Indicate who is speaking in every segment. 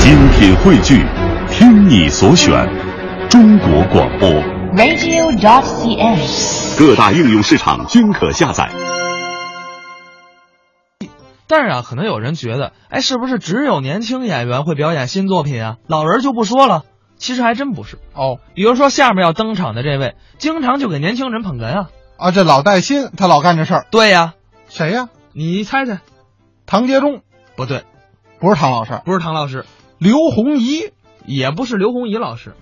Speaker 1: 精品汇聚，听你所选，中国广播。
Speaker 2: radio.cn。
Speaker 1: 各大应用市场均可下载。
Speaker 3: 但是啊，可能有人觉得，哎，是不是只有年轻演员会表演新作品啊？老人就不说了。其实还真不是
Speaker 4: 哦。
Speaker 3: 比如说下面要登场的这位，经常就给年轻人捧哏啊。
Speaker 4: 啊，这老带新，他老干这事儿。
Speaker 3: 对呀、
Speaker 4: 谁呀？
Speaker 3: 你猜猜？
Speaker 4: 唐杰忠，
Speaker 3: 不对，
Speaker 4: 不是唐老师，
Speaker 3: 不是唐老师，
Speaker 4: 刘洪怡、
Speaker 3: 也不是刘洪怡老师，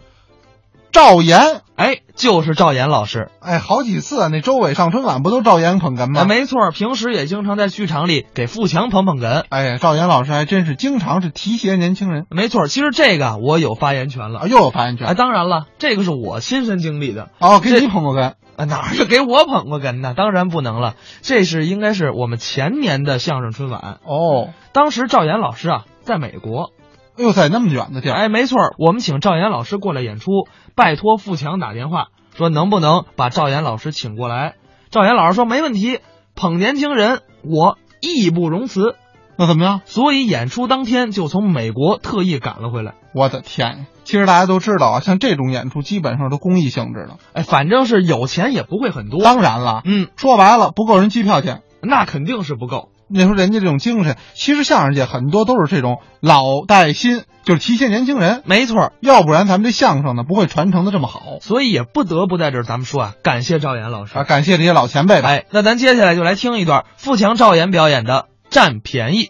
Speaker 4: 赵岩。
Speaker 3: 哎，就是赵岩老师。
Speaker 4: 哎，好几次啊，那周伟上春晚不都赵岩捧哏
Speaker 3: 哎，
Speaker 4: 吗？，
Speaker 3: 没错，平时也经常在剧场里给富强捧捧哏。
Speaker 4: 哎，赵岩老师还真是经常是提携年轻人
Speaker 3: 没错，其实这个啊我有发言权
Speaker 4: 啊，
Speaker 3: 了。
Speaker 4: 又有发言权
Speaker 3: 嗯哎，。当然了，这个是我亲身经历的。
Speaker 4: 哦，给
Speaker 3: 这
Speaker 4: 你捧过哏。
Speaker 3: 啊，哪儿是给我捧过哏呢？当然不能了，这是应该是我们前年的相声春晚。
Speaker 4: 哦，
Speaker 3: 当时赵岩老师啊在美国，
Speaker 4: 哎呦塞，那么远的地儿。
Speaker 3: 哎，没错儿，我们请赵岩老师过来演出，拜托富强打电话说能不能把赵岩老师请过来。赵岩老师说没问题，捧年轻人我义不容辞，
Speaker 4: 那怎么样？
Speaker 3: 所以演出当天就从美国特意赶了回来。
Speaker 4: 我的天！其实大家都知道啊，像这种演出基本上都公益性质的。
Speaker 3: 哎，反正是有钱也不会很多，
Speaker 4: 当然了，
Speaker 3: 嗯，
Speaker 4: 说白了不够人机票钱。
Speaker 3: 那肯定是不够。
Speaker 4: 你说人家这种精神，其实相声界很多都是这种老带新，就是提携年轻人。
Speaker 3: 没错儿，
Speaker 4: 要不然咱们这相声呢不会传承的这么好
Speaker 3: 所以也不得不在这儿咱们说啊，感谢赵岩老师
Speaker 4: 啊！。感谢这些老前辈吧。
Speaker 3: 哎，那咱接下来就来听一段富强赵岩表演的《占便宜》。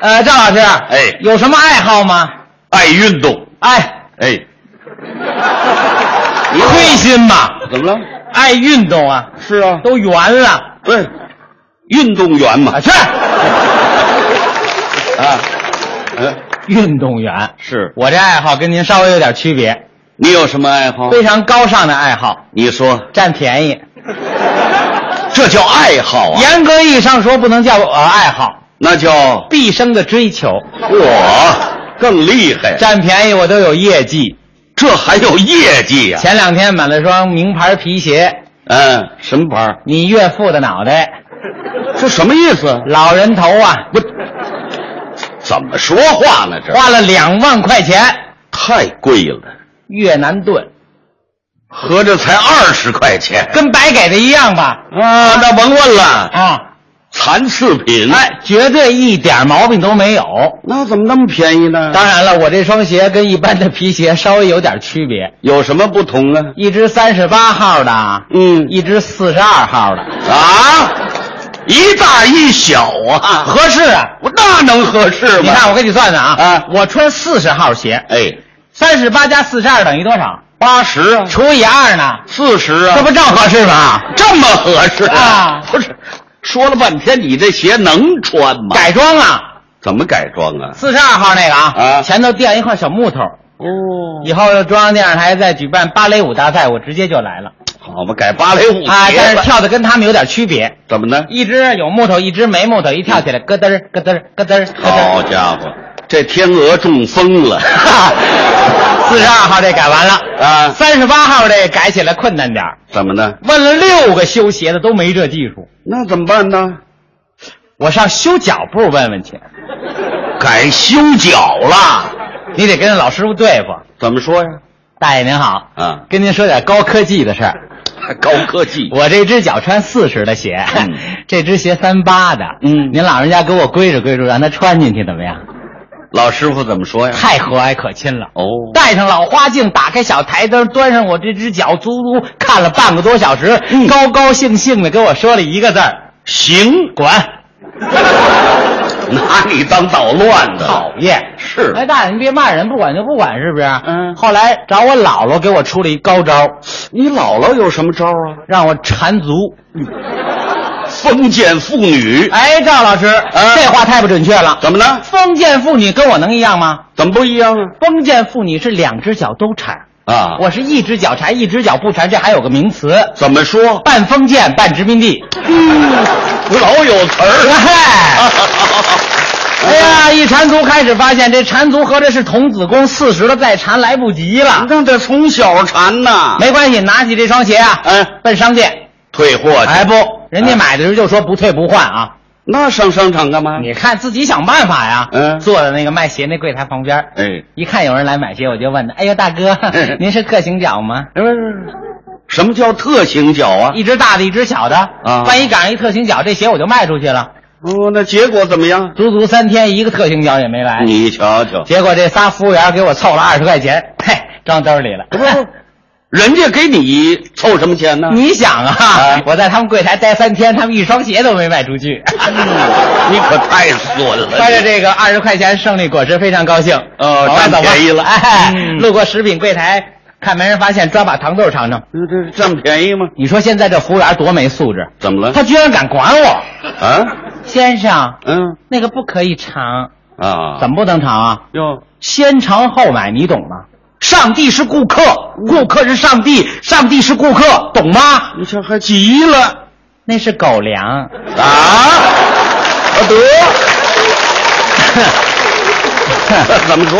Speaker 5: 呃，赵老师，
Speaker 1: 哎
Speaker 5: 有什么爱好吗？
Speaker 1: 爱运动，
Speaker 5: 哎，
Speaker 1: 哎，
Speaker 5: 亏心吧，
Speaker 1: 怎么了？
Speaker 5: 爱运动啊，
Speaker 1: 是啊，
Speaker 5: 都圆了
Speaker 1: 对，运动员嘛
Speaker 5: 啊，去，
Speaker 1: 啊，
Speaker 5: 哎
Speaker 1: 嗯，
Speaker 5: 运动员。
Speaker 1: 是
Speaker 5: 我这爱好跟您稍微有点区别，
Speaker 1: 你有什么爱好？
Speaker 5: 非常高尚的爱好，
Speaker 1: 你说
Speaker 5: 占便宜。
Speaker 1: 这叫爱好啊？
Speaker 5: 严格意义上说，不能叫呃爱好，
Speaker 1: 那叫
Speaker 5: 毕生的追求。
Speaker 1: 我更厉害，
Speaker 5: 占便宜我都有业绩，
Speaker 1: 这还有业绩呀、
Speaker 5: 前两天买了双名牌皮鞋，
Speaker 1: 嗯，什么牌儿？
Speaker 5: 你岳父的脑袋，
Speaker 1: 这什么意思？
Speaker 5: 老人头啊，
Speaker 1: 不，怎么说话呢？这
Speaker 5: 花了两万块钱，
Speaker 1: 太贵了，
Speaker 5: 越南盾，
Speaker 1: 合着才二十块钱
Speaker 5: 跟白给的一样吧？
Speaker 1: 啊！那甭问了，
Speaker 5: 啊。
Speaker 1: 残次品。
Speaker 5: 哎，，绝对一点毛病都没有。
Speaker 1: 那怎么那么便宜呢？
Speaker 5: 当然了，我这双鞋跟一般的皮鞋稍微有点区别，
Speaker 1: 有什么不同啊？
Speaker 5: 一只三十八号的，
Speaker 1: 嗯
Speaker 5: 一只四十二号的，
Speaker 1: 啊，一大一小啊，
Speaker 5: 合适啊。
Speaker 1: 我那能合适吗？
Speaker 5: 你看，我给你算算啊，
Speaker 1: 啊
Speaker 5: 我穿四十号鞋，
Speaker 1: 哎，
Speaker 5: 三十八加四十二等于多少？
Speaker 1: 八十啊，
Speaker 5: 除以二呢？
Speaker 1: 四十啊，
Speaker 5: 这不正合适吗？
Speaker 1: 这么合适
Speaker 5: 啊
Speaker 1: 不是，说了半天，你这鞋能穿吗？
Speaker 5: 改装啊，
Speaker 1: 怎么改装啊？
Speaker 5: 四十二号那个啊，
Speaker 1: 啊
Speaker 5: 前头垫一块小木头。
Speaker 1: 哦，
Speaker 5: 以后中央电视台再举办芭蕾舞大赛，我直接就来了
Speaker 1: 好吧，改芭蕾舞鞋
Speaker 5: 啊！但是
Speaker 1: 吧
Speaker 5: 跳的跟他们有点区别。
Speaker 1: 怎么呢？
Speaker 5: 一只有木头，一只没木头，一跳起来咯噔儿咯噔儿咯噔儿咯
Speaker 1: 好
Speaker 5: 噔儿。
Speaker 1: 家伙，这天鹅中风 了
Speaker 5: 四十二号这改完了，
Speaker 1: 哦啊！
Speaker 5: 三十八号这改起来困难点儿。
Speaker 1: 怎么呢？
Speaker 5: 问了六个修鞋的都没这技术，
Speaker 1: 那怎么办呢？
Speaker 5: 我上修脚部问问去。
Speaker 1: 改修脚了？
Speaker 5: 你得跟老师傅对付。
Speaker 1: 怎么说呀？
Speaker 5: 大爷您好，
Speaker 1: 啊，
Speaker 5: 跟您说点高科技的事儿。
Speaker 1: 还高科技
Speaker 5: 我这只脚穿四十的鞋，
Speaker 1: 嗯
Speaker 5: 这只鞋三八的。
Speaker 1: 嗯
Speaker 5: 您老人家给我规着规着，让他穿进去怎么样？
Speaker 1: 老师傅怎么说呀？
Speaker 5: 太和蔼可亲了。
Speaker 1: 哦，
Speaker 5: 戴上老花镜，打开小台灯，端上我这只脚，足足看了半个多小时，高高兴兴的跟我说了一个字儿
Speaker 1: 行，
Speaker 5: 滚，
Speaker 1: 拿你当捣乱的，
Speaker 5: 讨厌。
Speaker 1: 是
Speaker 5: 哎，大爷，您别骂人，不管就不管，是不是？
Speaker 1: 嗯
Speaker 5: 后来找我姥姥给我出了一高招，
Speaker 1: 你姥姥有什么招啊？嗯
Speaker 5: 让我缠足。
Speaker 1: 封建妇女？
Speaker 5: 哎，赵老师，
Speaker 1: 嗯
Speaker 5: 这话太不准确了。
Speaker 1: 怎么呢？
Speaker 5: 封建妇女跟我能一样吗？
Speaker 1: 怎么不一样啊？
Speaker 5: 封建妇女是两只脚都缠，
Speaker 1: 啊，
Speaker 5: 我是一只脚缠，一只脚不缠，这还有个名词，
Speaker 1: 怎么嗯说？
Speaker 5: 半封建半殖民地。
Speaker 1: 老有词 儿。
Speaker 5: 哎。哎呀，一缠足开始发现这缠足合着是童子功，四十了再缠来不及了。
Speaker 1: 那得从小缠呐，
Speaker 2: 呃
Speaker 5: 没关系，拿起这双鞋啊，
Speaker 1: 嗯，
Speaker 5: 奔商店。
Speaker 1: 退货去。
Speaker 5: 哎不，人家
Speaker 2: 啊
Speaker 5: 买的时候就说不退不换啊。
Speaker 2: 那上商场干嘛？
Speaker 5: 你看自己想办法呀。
Speaker 2: 嗯
Speaker 5: 坐在那个卖鞋那柜台旁边儿，
Speaker 2: 哎，
Speaker 5: 一看有人来买鞋，我就问
Speaker 2: 嗯
Speaker 5: 他：“哎呦，大哥，您是特型脚吗？
Speaker 2: 哎不是不是，不是什么叫特型脚啊？
Speaker 5: 一只大的，一只小的。
Speaker 2: 啊
Speaker 5: 万一赶上一特型脚，这鞋我就卖出去了。
Speaker 2: 哦，那结果怎么样？
Speaker 5: 足足三天，一个特型脚也没来。
Speaker 2: 你瞧瞧，
Speaker 5: 结果这仨服务员给我凑了二十块钱，嘿，装兜里了。
Speaker 2: 不是，
Speaker 1: 哎
Speaker 2: 人家给你凑什么钱呢？
Speaker 5: 你想啊
Speaker 2: 啊，
Speaker 5: 我在他们柜台待三天，他们一双鞋都没卖出去。
Speaker 2: 你可太损了！
Speaker 5: 嗯揣着这个二十块钱胜利果实，非常高兴。
Speaker 2: 哦
Speaker 5: 往外
Speaker 2: 占
Speaker 5: 走吧
Speaker 2: 便宜了
Speaker 5: 哎，
Speaker 2: 嗯
Speaker 5: 路过食品柜台，看没人发现，抓把糖豆尝尝。
Speaker 2: 这这占便宜吗？
Speaker 5: 你说现在这服务员多没素质，
Speaker 2: 怎么了？
Speaker 5: 他居然敢管我，
Speaker 2: 啊，
Speaker 5: 先生，
Speaker 2: 嗯
Speaker 5: 那个不可以尝，
Speaker 2: 啊，
Speaker 5: 怎
Speaker 2: 么
Speaker 5: 么不能尝啊？
Speaker 2: 哟？
Speaker 5: 先尝后买，你懂吗？上帝是顾客，顾客是上帝，上帝是顾客，懂吗？
Speaker 2: 你瞧还急了
Speaker 5: 那是狗粮。
Speaker 2: 啊？啊 得，怎么说？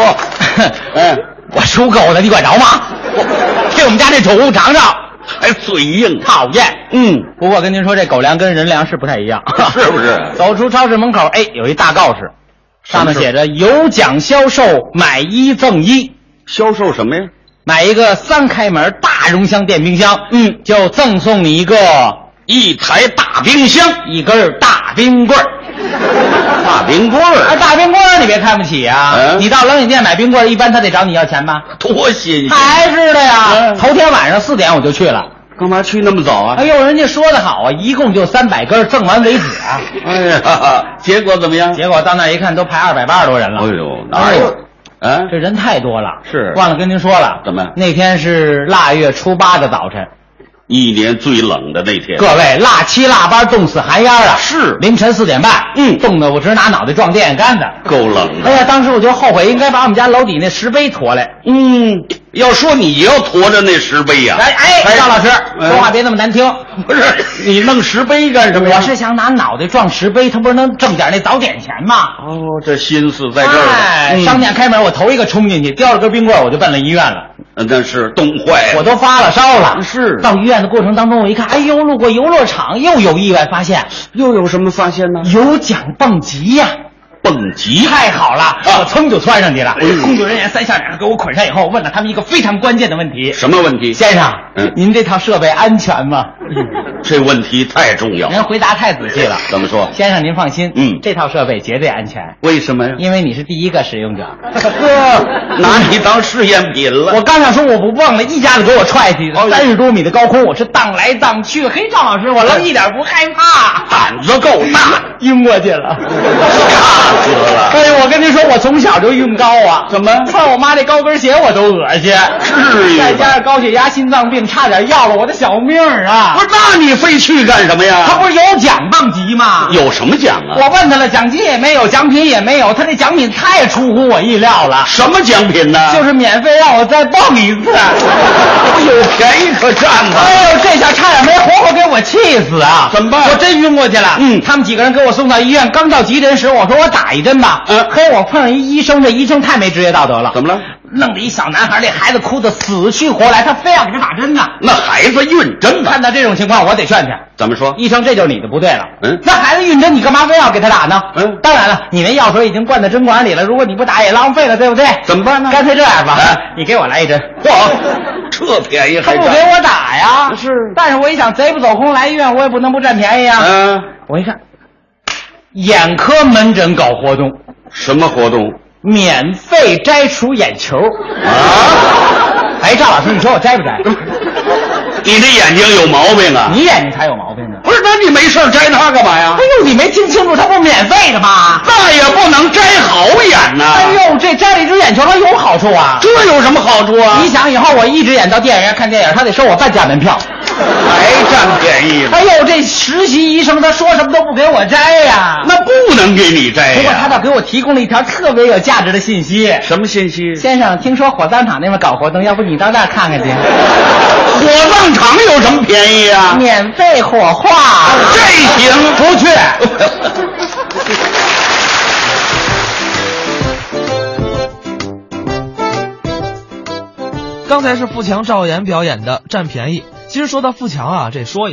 Speaker 2: 哎，
Speaker 5: 嗯我属狗的，你管着吗？给我们家这宠物尝尝，
Speaker 2: 还嘴硬。啊
Speaker 5: 讨厌。
Speaker 2: 嗯，
Speaker 5: 不过跟您说，这狗粮跟人粮食不太一样，
Speaker 2: 是不是
Speaker 5: 走出超市门口，哎，有一大告示，上面写着“有奖销售，买一赠一
Speaker 2: 销售什么呀？”，
Speaker 5: 买一个三开门大容箱电冰箱，嗯，就赠送你一个
Speaker 2: 一台大冰箱，
Speaker 5: 一根大冰棍儿。
Speaker 2: 大冰棍
Speaker 5: 啊，
Speaker 2: 儿，
Speaker 5: 大冰棍儿你别看不起啊！
Speaker 2: 嗯
Speaker 5: 你到冷饮店买冰棍儿，一般他得找你要钱吧？
Speaker 2: 多新鲜！
Speaker 5: 还是的呀，
Speaker 2: 嗯
Speaker 5: 头天晚上四点我就去了。
Speaker 2: 干嘛去那么早
Speaker 5: 哎
Speaker 2: 啊？
Speaker 5: 呦，人家说的好啊，一共就三百根，赠完为止啊。
Speaker 2: 哎呀，结果怎么样？
Speaker 5: 结果到那儿一看，都排二百八十多人了。
Speaker 2: 哎呦，哪有？啊？
Speaker 5: 这人太多了。
Speaker 2: 是
Speaker 5: 忘了跟您说了。
Speaker 2: 怎么
Speaker 5: 那天是腊月初八的早晨，
Speaker 2: 一年最冷的那天，
Speaker 5: 各位腊七腊八冻死寒烟儿啊！
Speaker 2: 是
Speaker 5: 凌晨四点半，
Speaker 2: 嗯
Speaker 5: 冻得我直拿脑袋撞电线杆子。
Speaker 2: 够冷
Speaker 5: 哎
Speaker 2: 的。
Speaker 5: 呀，当时我就后悔，应该把我们家楼底那石碑驮来。
Speaker 2: 嗯，要说你要驮着那石碑呀、
Speaker 5: 哎哎，赵老师，说话别那么难听。
Speaker 2: 不是你弄石碑干什么呀？
Speaker 5: 我是想拿脑袋撞石碑，他不是能挣点那早点钱吗？
Speaker 2: 哦，这心思在这儿呢。
Speaker 5: 哎，
Speaker 2: 嗯
Speaker 5: 商店开门，我头一个冲进去，叼了根冰棍儿，我就奔了医院了。
Speaker 2: 呃那是冻坏了。
Speaker 5: 我都发了烧了。
Speaker 2: 哎是
Speaker 5: 到医院的过程当中，我一看，哎呦，路过游乐场又有意外发现，
Speaker 2: 又有什么发现呢？
Speaker 5: 有奖蹦极呀、
Speaker 2: 蹦极，
Speaker 5: 太好了，我噌就窜上去了
Speaker 2: 啊哎呦。
Speaker 5: 工作人员三下两下给我捆上以后，问了他们一个非常关键的问题：
Speaker 2: 什么问题？
Speaker 5: 先生，
Speaker 2: 嗯
Speaker 5: 您这套设备安全吗？
Speaker 2: 这问题太重要。
Speaker 5: 人回答太仔细了。
Speaker 2: 怎么说
Speaker 5: 先生您放心，
Speaker 2: 嗯
Speaker 5: 这套设备绝对安全，
Speaker 2: 为什么呀？
Speaker 5: 因为你是第一个使用者。
Speaker 2: 呵，拿你当试验品
Speaker 5: 我
Speaker 2: 了。
Speaker 5: 刚想说我不蹦了，一下子给我踹起
Speaker 2: 哎呦
Speaker 5: 三十多米的高空，我是荡来荡去。嘿，赵老师，我愣一点不害怕，
Speaker 2: 胆子够大，
Speaker 5: 晕过去了。
Speaker 2: 吓死了。
Speaker 5: 哎呦，我跟您说，我从小就晕高啊。
Speaker 2: 怎么
Speaker 5: 穿我妈那高跟鞋我都恶心，
Speaker 2: 至于吗
Speaker 5: 再加上高血压、心脏病，差点要了我的小命儿啊
Speaker 2: 不！是，那你非去干什么呀？
Speaker 5: 他不是有奖棒级吗？。
Speaker 2: 有什么奖啊？
Speaker 5: 我问他了，奖金也没有，奖品也没有，他这奖品太出乎我意料了，
Speaker 2: 什么奖品呢？
Speaker 5: 就是免费让我再蹦一次。
Speaker 2: 我有便宜可占呐、
Speaker 5: 哎呦，这下差点没活活给我气死啊！
Speaker 2: 怎么办
Speaker 5: 我真晕过去了。
Speaker 2: 嗯
Speaker 5: 他们几个人给我送到医院，刚到急诊室，我说我打一针吧。
Speaker 2: 嗯
Speaker 5: 嘿，我碰上一医生，这医生太没职业道德了。
Speaker 2: 怎么了？
Speaker 5: 弄得一小男孩，这孩子哭得死去活来，他非要给他打针呢。
Speaker 2: 那孩子运真的
Speaker 5: 看，到这种情况，我得劝劝
Speaker 2: 怎么说？
Speaker 5: 医生，这就是你的不对了。
Speaker 2: 哦嗯
Speaker 5: 那孩子晕针，你干嘛非要给他打呢？
Speaker 2: 嗯
Speaker 5: 当然了，你那药水已经灌到针管里了，如果你不打也浪费了，对不对？
Speaker 2: 怎么办哦呢？
Speaker 5: 干脆这样吧，
Speaker 2: 哎
Speaker 5: 你给我来一针。
Speaker 2: 嚯，这便宜
Speaker 5: 他
Speaker 2: 还
Speaker 5: 不给
Speaker 2: 占？
Speaker 5: 我打呀。
Speaker 2: 是
Speaker 5: 但是我一想，贼不走空来医院，我也不能不占便宜啊。
Speaker 2: 嗯、
Speaker 5: 我一看，眼科门诊搞活动，
Speaker 2: 什么活动
Speaker 5: 免费摘除眼球。
Speaker 2: 啊？
Speaker 5: 哎，赵老师，你说我摘不摘？
Speaker 2: 你这眼睛有毛病啊？
Speaker 5: 你眼睛才有毛病呢。
Speaker 2: 不是，那你没事儿摘它干嘛呀
Speaker 5: 哎？呦，你没听清楚，它不是免费的吗？
Speaker 2: 那也不能摘好眼呐、
Speaker 5: 哎呦，这摘了一只眼球，它有好处啊！
Speaker 2: 这有什么好处啊？
Speaker 5: 你想，以后我一只眼到电影院看电影，他得收我半价门票。
Speaker 2: 还占便宜呢？
Speaker 5: 哎呦，这实习医生他说什么都不给我摘呀、
Speaker 2: 那不能给你摘
Speaker 5: 不过
Speaker 2: 哎呀、
Speaker 5: 他倒给我提供了一条特别有价值的信息。
Speaker 2: 什么信息？
Speaker 5: 先生，听说火葬场那边搞活动，要不你到那儿看看去？
Speaker 2: 啊火葬场有什么便宜啊？
Speaker 5: 免费火化，
Speaker 2: 这行
Speaker 5: 不去。
Speaker 3: 刚才是富强赵岩表演的《占便宜》。其实说到富强啊，这说一。